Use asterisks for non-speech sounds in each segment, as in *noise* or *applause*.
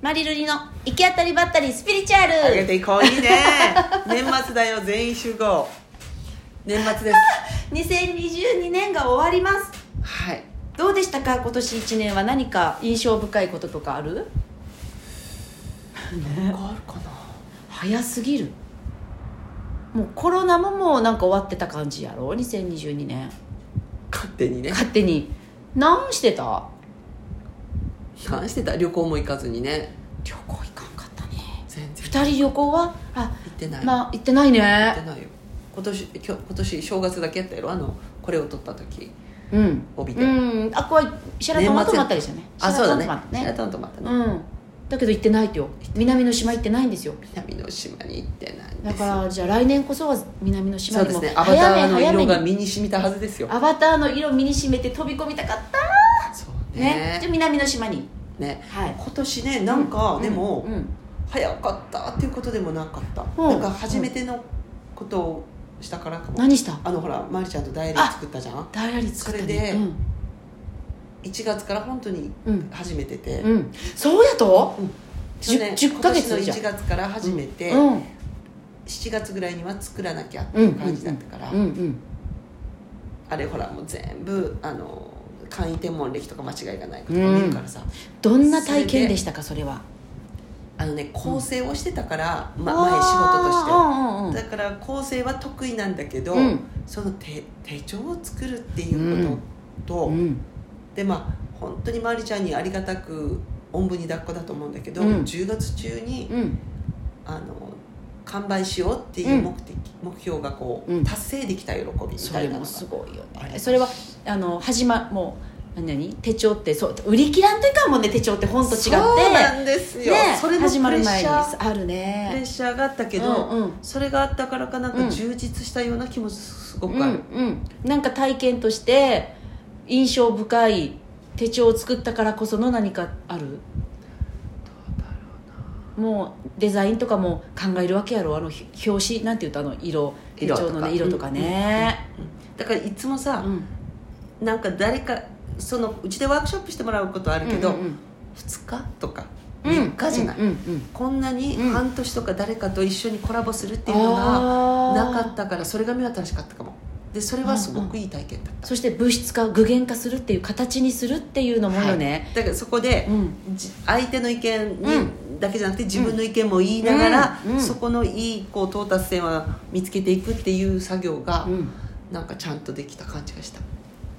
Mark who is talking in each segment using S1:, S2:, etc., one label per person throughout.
S1: マリルリの行き当たりばったりスピリチュア
S2: あげ
S1: ル
S2: ていこういいね *laughs* 年末だよ全員集合年末です
S1: 2022年が終わります
S2: はい
S1: どうでしたか今年1年は何か印象深いこととかある
S2: 何かあるかな
S1: 早すぎるもうコロナももうなんか終わってた感じやろ2022年
S2: 勝手にね
S1: 勝手に何してた
S2: 何してた旅行も行かずにね
S1: 旅行行かんかったね
S2: 全然行
S1: 2人旅行はあ
S2: ってない、
S1: まあ行ってない
S2: 行っ
S1: ね
S2: てないよ今年今日今年正月だけやったやろあのこれを撮った時
S1: うん
S2: 帯で、
S1: うんあこはシェラトンは泊まったりしたね
S2: あそうだね
S1: シェラトン泊まっ
S2: シ
S1: た
S2: ェ
S1: ね
S2: ラトンとまったね、
S1: うんだけど行ってないってよ南の島行ってないんですよ
S2: 南の島に行ってないんで
S1: だ
S2: す
S1: からじゃあ来年こそは南の島
S2: そ
S1: に
S2: うで
S1: も
S2: すねアバタ
S1: 早め
S2: ーの
S1: 早め
S2: 色が
S1: に
S2: 身に染みたはずですよ
S1: アバターの色身にしめて飛び込みたかった
S2: そう
S1: ね
S2: ね
S1: じゃあ南の島に
S2: ね
S1: はい
S2: 今年ねなんか、
S1: うん
S2: でも、
S1: うんうん
S2: 早かったっていうことでもなかった、
S1: うん
S2: なんか初めてのことをしたからかも、
S1: 何した
S2: あのほらまりちゃんとダイアリー作ったじゃん
S1: ダイアリー作った
S2: それで
S1: ね
S2: 1月から本当に
S1: うんうん
S2: 始めてて、
S1: うんそうやと
S2: 去年
S1: 10 10ヶ月
S2: 今年
S1: じゃ
S2: の
S1: ん
S2: 1月から始めて、
S1: うん
S2: 7月ぐらいには作らなきゃっていう感じだったから、
S1: うんうん
S2: あれほらもう全部あの簡易天文歴とか間違いがないかとか見るからさ、
S1: どんな体験でしたかそれは
S2: あのね構成をしてたから、ま、
S1: あー
S2: 前仕事として。
S1: うんうん
S2: だから構成は得意なんだけど、
S1: うん
S2: その手手帳を作るっていうことと、
S1: うんうん
S2: でまあ本当にまりちゃんにありがたくおんぶに抱っこだと思うんだけど、
S1: うん
S2: 10月中に、
S1: うん
S2: あの完売しようっていう目的、目標がこう、
S1: うん
S2: 達成できた喜びみ
S1: そ
S2: た
S1: れ
S2: いな
S1: も
S2: の
S1: す
S2: が
S1: ごいよ
S2: ありま
S1: ね
S2: す
S1: それはあの始まもう何手帳ってそう売り切らんといかんもんね手帳って本と違って
S2: そうなんですよ、
S1: ね
S2: それのプ
S1: 始ま
S2: レ
S1: る
S2: ッ
S1: 前
S2: シ
S1: に
S2: ャー
S1: ある
S2: プレッ
S1: ね
S2: シャーがあったけど、
S1: うんうん
S2: それがあったからかなん
S1: う
S2: か
S1: ん
S2: 充実したような気もすご
S1: うん
S2: くある、
S1: うんなんか体験として印象深い手帳を作ったからこその何かあるもうデザインとかも考えるわけやろあのひ表紙なんていうとあの色手
S2: 色とか
S1: 帳のね色とかね
S2: だからいつもさ、
S1: うん
S2: なんか誰かそのうちでワークショップしてもらうことあるけど、
S1: うんうん
S2: 2日とか
S1: うん
S2: 3日じゃない、
S1: うんうんうん
S2: こんなに
S1: うん
S2: 半年とか誰かと一緒にコラボするっていうのが
S1: あー
S2: なかったからそれが目は楽しかったかもでそれはすごくいい体験だった、
S1: そして物質化具現化するっていう形にするっていうのもよね、
S2: だからそこで、
S1: うん
S2: じ相手の意見に、
S1: う
S2: だけじゃなくて自分の意見も言いながら、
S1: うんうん
S2: そこのいいこう到達点は見つけていくっていう作業が、
S1: うん
S2: なんかちゃんとできた感じがした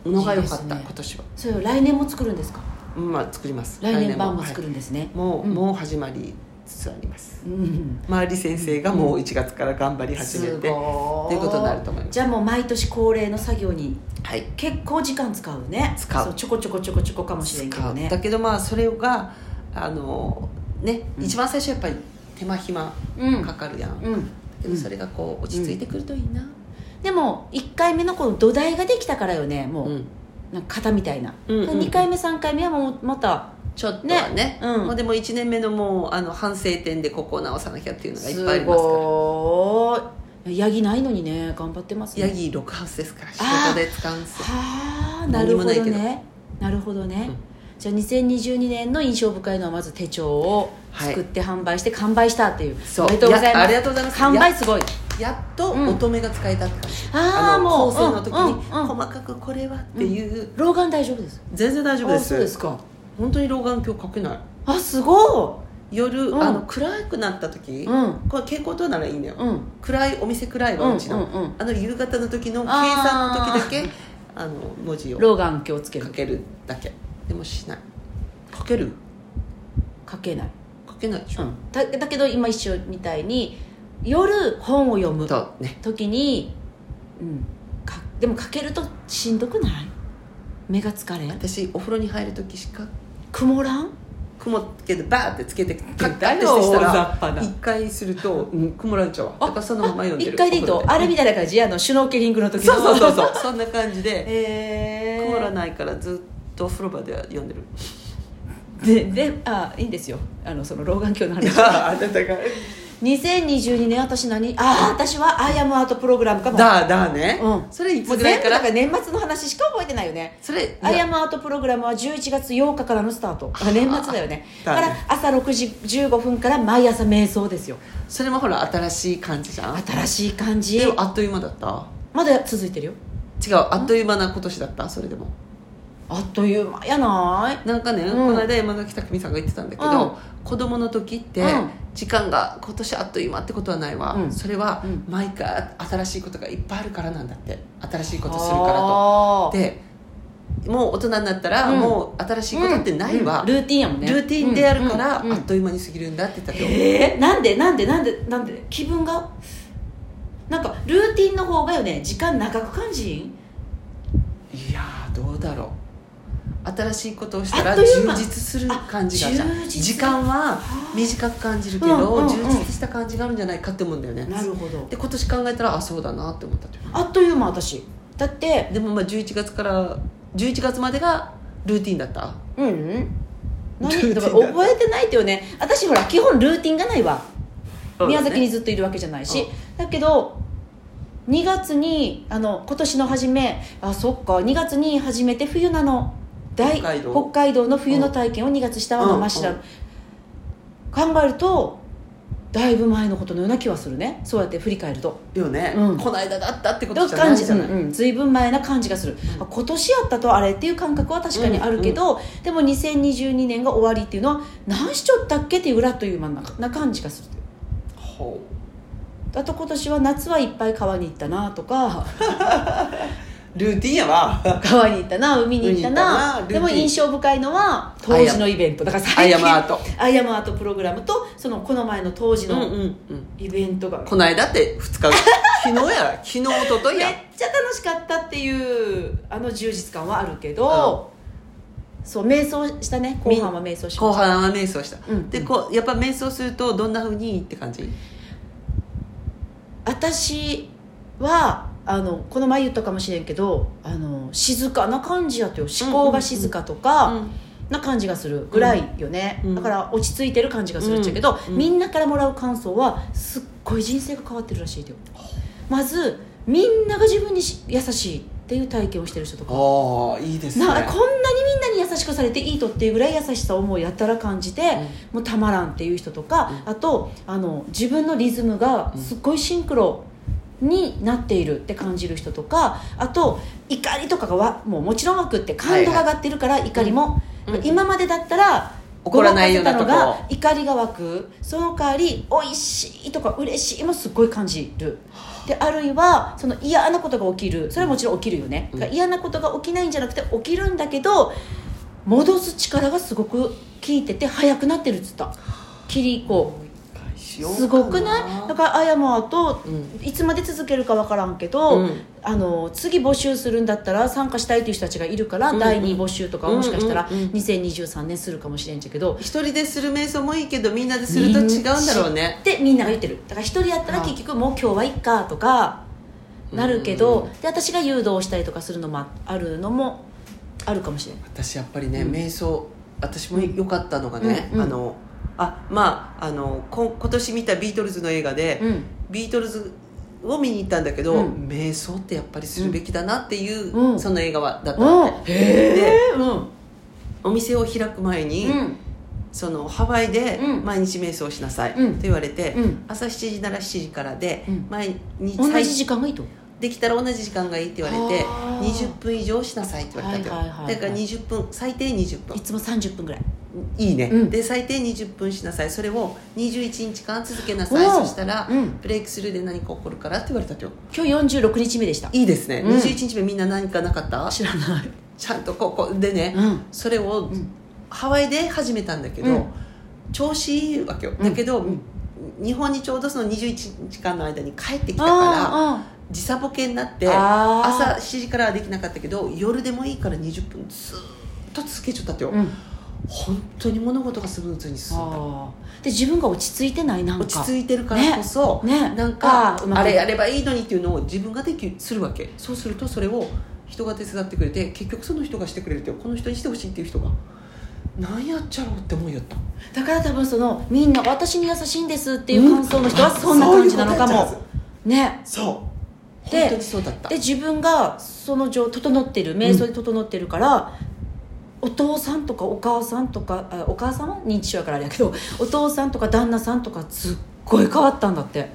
S2: のが良かっ
S1: いい
S2: た、
S1: ですね
S2: 今年は、
S1: それを来年も作るんですか
S2: うんまあ、作ります
S1: 来年版も
S2: はい
S1: 作るんですね、
S2: もう、
S1: うん
S2: もう始まりつつあります
S1: うん
S2: 周り先生がもう1月から頑張り始めて、
S1: すご
S2: っていうことになると思います
S1: じゃあもう毎年恒例の作業に
S2: はい
S1: 結構時間使うね
S2: 使う
S1: そちょこちょこちょこちょこかもしれんけどね
S2: だけどまあそれがあのね、
S1: うん
S2: 一番最初やっぱり手間暇
S1: うん
S2: かかるやん、だ
S1: うん
S2: けどそれがこう落ち着いてくるといいな、
S1: でも1回目のこの土台ができたからよねもう、
S2: うん
S1: なんか型みたいな、
S2: うんうんうん
S1: 2回目3回目はもうまた
S2: ちょっとはね
S1: ねうん
S2: まあでも1年目のもうあの反省点でここを直さなきゃっていうのがい
S1: す
S2: っぱいありますか
S1: ごーいヤギないのにね頑張ってますね
S2: らヤギ6発ですから仕
S1: あー
S2: 事で使うんですよ
S1: はあな
S2: 何
S1: る
S2: も
S1: ほ
S2: ない
S1: ど
S2: けど
S1: ねなるほどね、
S2: うん
S1: じゃあ2022年の印象深いのはまず手帳を作って販売して完売したっていう、
S2: そう
S1: おめでとうござい
S2: や
S1: ま
S2: あり
S1: す
S2: がとうございます
S1: 完売すごい
S2: ややっと
S1: うん
S2: 乙女が使えたって感じ、
S1: あ
S2: あ
S1: あ
S2: の
S1: もう
S2: 構成の時に
S1: うんう
S2: 細
S1: ん
S2: かくこれはっていう、
S1: 老眼大丈夫です
S2: 全然大丈夫で
S1: あ
S2: す
S1: そうですか
S2: 本当に老眼鏡かけない
S1: あすご
S2: 夜、
S1: うん
S2: あの暗くなった時、
S1: いうん
S2: これ蛍光灯ならいいんだよ、
S1: うん
S2: 暗いお店暗いわうちの、
S1: うんうんうん
S2: あの夕方の時の計
S1: あー
S2: 算の時だけあの文字をか
S1: 老眼鏡をつける
S2: けるだけでもしないかける
S1: かけない、
S2: かけないでし
S1: う
S2: ょ、
S1: ん、だだけど今一緒みたいに夜本を読む
S2: とね
S1: 時に、うん、かでもかけるとしんどくない目が疲れん
S2: 私お風呂に入る時しか
S1: 曇らん
S2: 曇ってバーってつけてカッカッ
S1: だ
S2: て
S1: よ
S2: し
S1: 大
S2: た
S1: 雑把
S2: ら
S1: な
S2: 一回すると、うん曇られちゃうわだからそのまま読んでる
S1: 一回でいい
S2: お
S1: と
S2: 風呂
S1: あれみたいな感じあのシュノーケリングの時の
S2: そうそうそう *laughs* そうそんな感じで
S1: へ *laughs* え
S2: 曇らないからずっとお風呂場で読んでる *laughs*
S1: でであいいんですよあのその老眼鏡の話
S2: あなたが
S1: 2022年私何ああ私はアイアムアートプログラムかも
S2: だだね、
S1: うん
S2: それい
S1: もう
S2: つぐら
S1: 全
S2: い
S1: 部
S2: か
S1: だ
S2: ら
S1: から年末の話しか覚えてないよね
S2: それ
S1: アイアムアートプログラムは11月8日からのスタートあ年末だよね
S2: だ
S1: だ
S2: ね
S1: から朝6時15分から毎朝瞑想ですよ
S2: それもほら新しい感じじゃん
S1: 新しい感じ
S2: でもあっという間だった
S1: まだ続いてるよ
S2: 違うあっという間な今年だったそれでも
S1: あっという間やない
S2: なんかね、
S1: ん
S2: この間山崎拓美さんが言ってたんだけど、
S1: うん
S2: 子供の時って
S1: うん
S2: 時間が今年あっという間ってことはないわ、
S1: うん
S2: それは
S1: うん
S2: 毎回新しいことがいっぱいあるからなんだって新しいことするからと
S1: あー
S2: でもう大人になったら、
S1: うん
S2: もう新しいことってないわ、
S1: うんルーティンやもんね
S2: ルーティンでやるから、
S1: うんうん
S2: あっという間に過ぎるんだって言ったけど、
S1: えーなんでなんでなんでなんで気分がなんかルーティンの方がよね時間長く感じん
S2: いやーどうだろう新しいことをした
S1: あっ
S2: ら充
S1: という間
S2: 実する感じがじゃ
S1: あ充
S2: ん
S1: 実
S2: 時間は短く感じるけど、
S1: うんうんうん
S2: 充実した感じがあるんじゃないかって思うんだよね
S1: なるほど
S2: で今年考えたらあそうだなって思ったという
S1: あっという間私だって
S2: でもまあ11月から11月までがルーティンだった
S1: うんうん
S2: ルー
S1: 何
S2: ティン
S1: だ
S2: だ
S1: から覚えてないってよね私ほら基本ルーティンがないわ、宮崎に
S2: ず
S1: ずっといるわけじゃないし、だけど2月にあの今年の初めあそっか2月に初めて冬なの大
S2: 北海道
S1: 北海道の冬の体験を2月したわの
S2: うん
S1: ましら、
S2: うん
S1: 考えるとだいぶ前のことのような気はするねそうやって振り返ると
S2: よね、
S1: うん
S2: この間だったってこと
S1: と
S2: じゃな
S1: 感
S2: い
S1: じ
S2: じゃない、
S1: うんうん随分前な感じがする、あ今年やったとあれっていう感覚は確かにあるけど、でも2022年が終わりっていうのは何しちょったっけっていう裏という間なな感じがする
S2: ほ
S1: あと今年は夏はいっぱい川に行ったなと
S2: *laughs*
S1: か
S2: うルーティンやわ
S1: 川に行ったな海に行ったな
S2: 海に行ったな
S1: でも
S2: ルーティン
S1: 印象深いのは当時のイベントだから
S2: ア
S1: 最
S2: イ
S1: 近
S2: アムアート
S1: アイアムアートプログラムとそのこの前の当時
S2: うんうん
S1: の
S2: うん
S1: イベントが、
S2: この間って2日 *laughs* 昨日や昨日一昨日
S1: め
S2: や
S1: っちゃ楽しかったっていうあの充実感はあるけど、そう瞑想したね後半は瞑想しま
S2: 後
S1: した
S2: 半は瞑想した、
S1: うん
S2: でこうやっぱ瞑想するとどんなふうにって感じ
S1: 私はあのこの前言ったかもしれんけどあの静かな感じやとよ思考が静かとか、な感じがするぐらいよね、
S2: うん
S1: だから落ち着いてる感じがするっちゃけど、
S2: うん
S1: みんなからもらう感想はすっごい人生が変わってるらしいよまずみんなが自分にし優しいっていう体験をしてる人とか
S2: ああいいですね
S1: なこんなにみんなに優しくされていいとっていうぐらい優しさをもうやたら感じて、もうたまらんっていう人とか、
S2: う
S1: あとあの自分のリズムがすっごいシンクロになっているって感じる人とかあと怒りとかがわもうもちろん湧くって感度が上がってるから怒りも、
S2: うんうん
S1: 今までだったら
S2: 怒らないようなとこ
S1: ごまかせたのが怒りが湧くその代わり「おいしい」とか「嬉しい」もすっごい感じるであるいはその嫌なことが起きるそれはもちろん起きるよね、
S2: うん
S1: だから嫌なことが起きないんじゃなくて起きるんだけど戻す力がすごく効いてて速くなってるっつったキリコ
S2: 返しようか
S1: すごくないだからあやまと
S2: うん
S1: いつまで続けるかわからんけど、
S2: うん
S1: あの次募集するんだったら参加したいという人たちがいるから、
S2: うんうん
S1: 第2募集とかもしかしたら
S2: うんうんうん
S1: 2023年するかもしれんじゃけど
S2: 一人でする瞑想もいいけどみんなですると違うんだろうね
S1: ってみんなが言ってるだから一人やったら
S2: あ
S1: 結局もう今日はいっかとかなるけ
S2: う
S1: ど
S2: ん
S1: で私が誘導したりとかするのもあるのもあるかもしれない
S2: 私やっぱりね、
S1: うん
S2: 瞑想私も良かったのがね、
S1: うんうん
S2: あのあまああのこ今年見たビートルズの映画で、
S1: うん
S2: ビートルズを見に行ったんだけど、
S1: うん
S2: 瞑想ってやっぱりするべきだなっていう、
S1: うん
S2: その映画はだ
S1: う
S2: った
S1: ん
S2: の
S1: へ
S2: ね、で
S1: えうん
S2: お店を開く前に、
S1: うん
S2: そのハワイで
S1: うん
S2: 毎日瞑想しなさいって
S1: うん
S2: 言われて、
S1: うん
S2: 朝7時なら7時からで、
S1: うん
S2: 毎日
S1: 同
S2: 最
S1: じ時間がいいと
S2: できたら同じ時間がいいって言われて
S1: あー
S2: 20分以上しなさいって言われた
S1: は
S2: と、
S1: いはいはいはい
S2: だから20分最低20分
S1: いつも30分ぐらい
S2: いいね、
S1: うん
S2: で最低20分しなさいそれを21日間続けなさい
S1: おう
S2: そしたら、
S1: うん
S2: ブレイクスルーで何か起こるからって言われたとよ
S1: 今日46日目でした
S2: いいですね、
S1: うん
S2: 21日目みんな何かなかった
S1: 知らない
S2: ちゃんとここでね、
S1: うん
S2: それを、
S1: ん
S2: ハワイで始めたんだけど、
S1: うん
S2: 調子いいわけよ
S1: うん
S2: だけど、
S1: うん
S2: 日本にちょうどその21時間の間に帰ってきたから
S1: あー
S2: 時差ボケになって
S1: あー
S2: 朝7時からはできなかったけど夜でもいいから20分ずーっと続けちゃったってよ、
S1: あーうん
S2: 本当に物事がスムーズに進んだ
S1: あーで自分が落ち着いてないなんか
S2: 落ち着いてるからこそ、
S1: ねね
S2: なんか
S1: あーうまく
S2: あれやればいいのにっていうのを自分ができするわけそうするとそれを人が手伝ってくれて結局その人がしてくれるっていうこの人にしてほしいっていう人が何やっちゃろうって思いよった
S1: だから多分そのみんな私に優しいんですっていう感想の人はそんな感じなのか
S2: そういうことやっちゃうはず
S1: もね
S2: そう
S1: で
S2: 本当にそうだった
S1: で自分がその状整ってる瞑想で整ってるから、お父さんとかお母さんとかあお母さんは認知症やからあれやけどお父さんとか旦那さんとかすっごい変わったんだって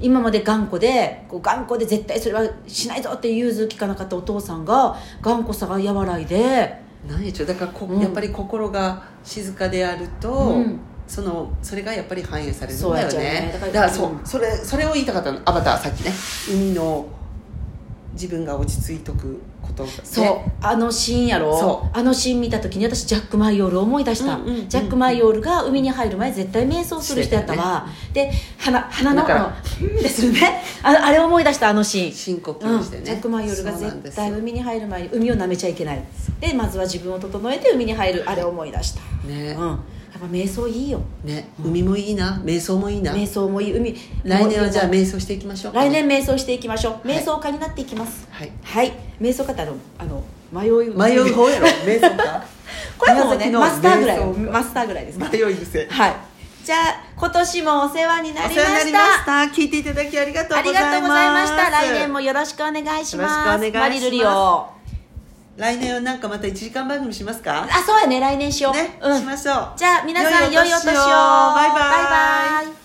S1: 今まで頑固でこう頑固で絶対それはしないぞっていう融通聞かなかったお父さんが頑固さが和らいで、
S2: 何やっちゃうだからこ、
S1: うん
S2: やっぱり心が静かであると、
S1: うん
S2: そのそれがやっぱり反映されるん
S1: そう
S2: だ
S1: や
S2: よ
S1: っちゃうね
S2: ね
S1: だか
S2: だかららそう、
S1: うん
S2: それそれを言いたかったのアバターさっきね海の自分が落ち着いとくことが、ね、
S1: そうあのシーンやろ
S2: そ
S1: あのシーン見た時に私ジャック・マイオールを思い出した、
S2: うんうんうん
S1: ジャック・マイオールが海に入る前絶対瞑想する人やったわ、で鼻鼻の
S2: だから
S1: あのでするねあのあれを思い出したあのシーン
S2: 深呼吸
S1: うん、
S2: してね、
S1: ジャック・マイオールが
S2: そうなんで
S1: 絶
S2: すよ
S1: 対海に入る前に海を舐めちゃいけないでまずは自分を整えて海に入るあれを思い出した、うん、
S2: ね
S1: やっぱ瞑想いいよ
S2: ね
S1: うん
S2: 海もいいな瞑想もいいな
S1: 瞑
S2: 来
S1: 想もいい海
S2: 年はじゃあ
S1: もう
S2: 瞑想していきましょう
S1: 来年瞑想していきましょう
S2: はい
S1: 瞑想家になっていきます
S2: はい
S1: はい、瞑想家ってあのあの迷い
S2: 迷う方
S1: *laughs*
S2: やろ瞑想か
S1: これはもうね
S2: 宮崎の
S1: マスターぐらい
S2: 瞑想
S1: マスターぐらいですね
S2: 迷い癖
S1: はいじゃあ今年もお世話にな
S2: お
S1: り
S2: 世
S1: ま
S2: 話にな
S1: し
S2: りま
S1: た
S2: した聞いていただきありがとう
S1: あ
S2: ご
S1: り
S2: ざ
S1: が
S2: い
S1: と
S2: ま
S1: うござ
S2: す
S1: いました来年もよろしくお願いします
S2: よろしくお願いします
S1: マリルリオあ
S2: 来年はなんかまた1時間番組しますか
S1: そうやね来年しよう、
S2: ね、
S1: うん
S2: しましょう
S1: じゃあ皆さん良いお年を
S2: バイバイ
S1: バイバイ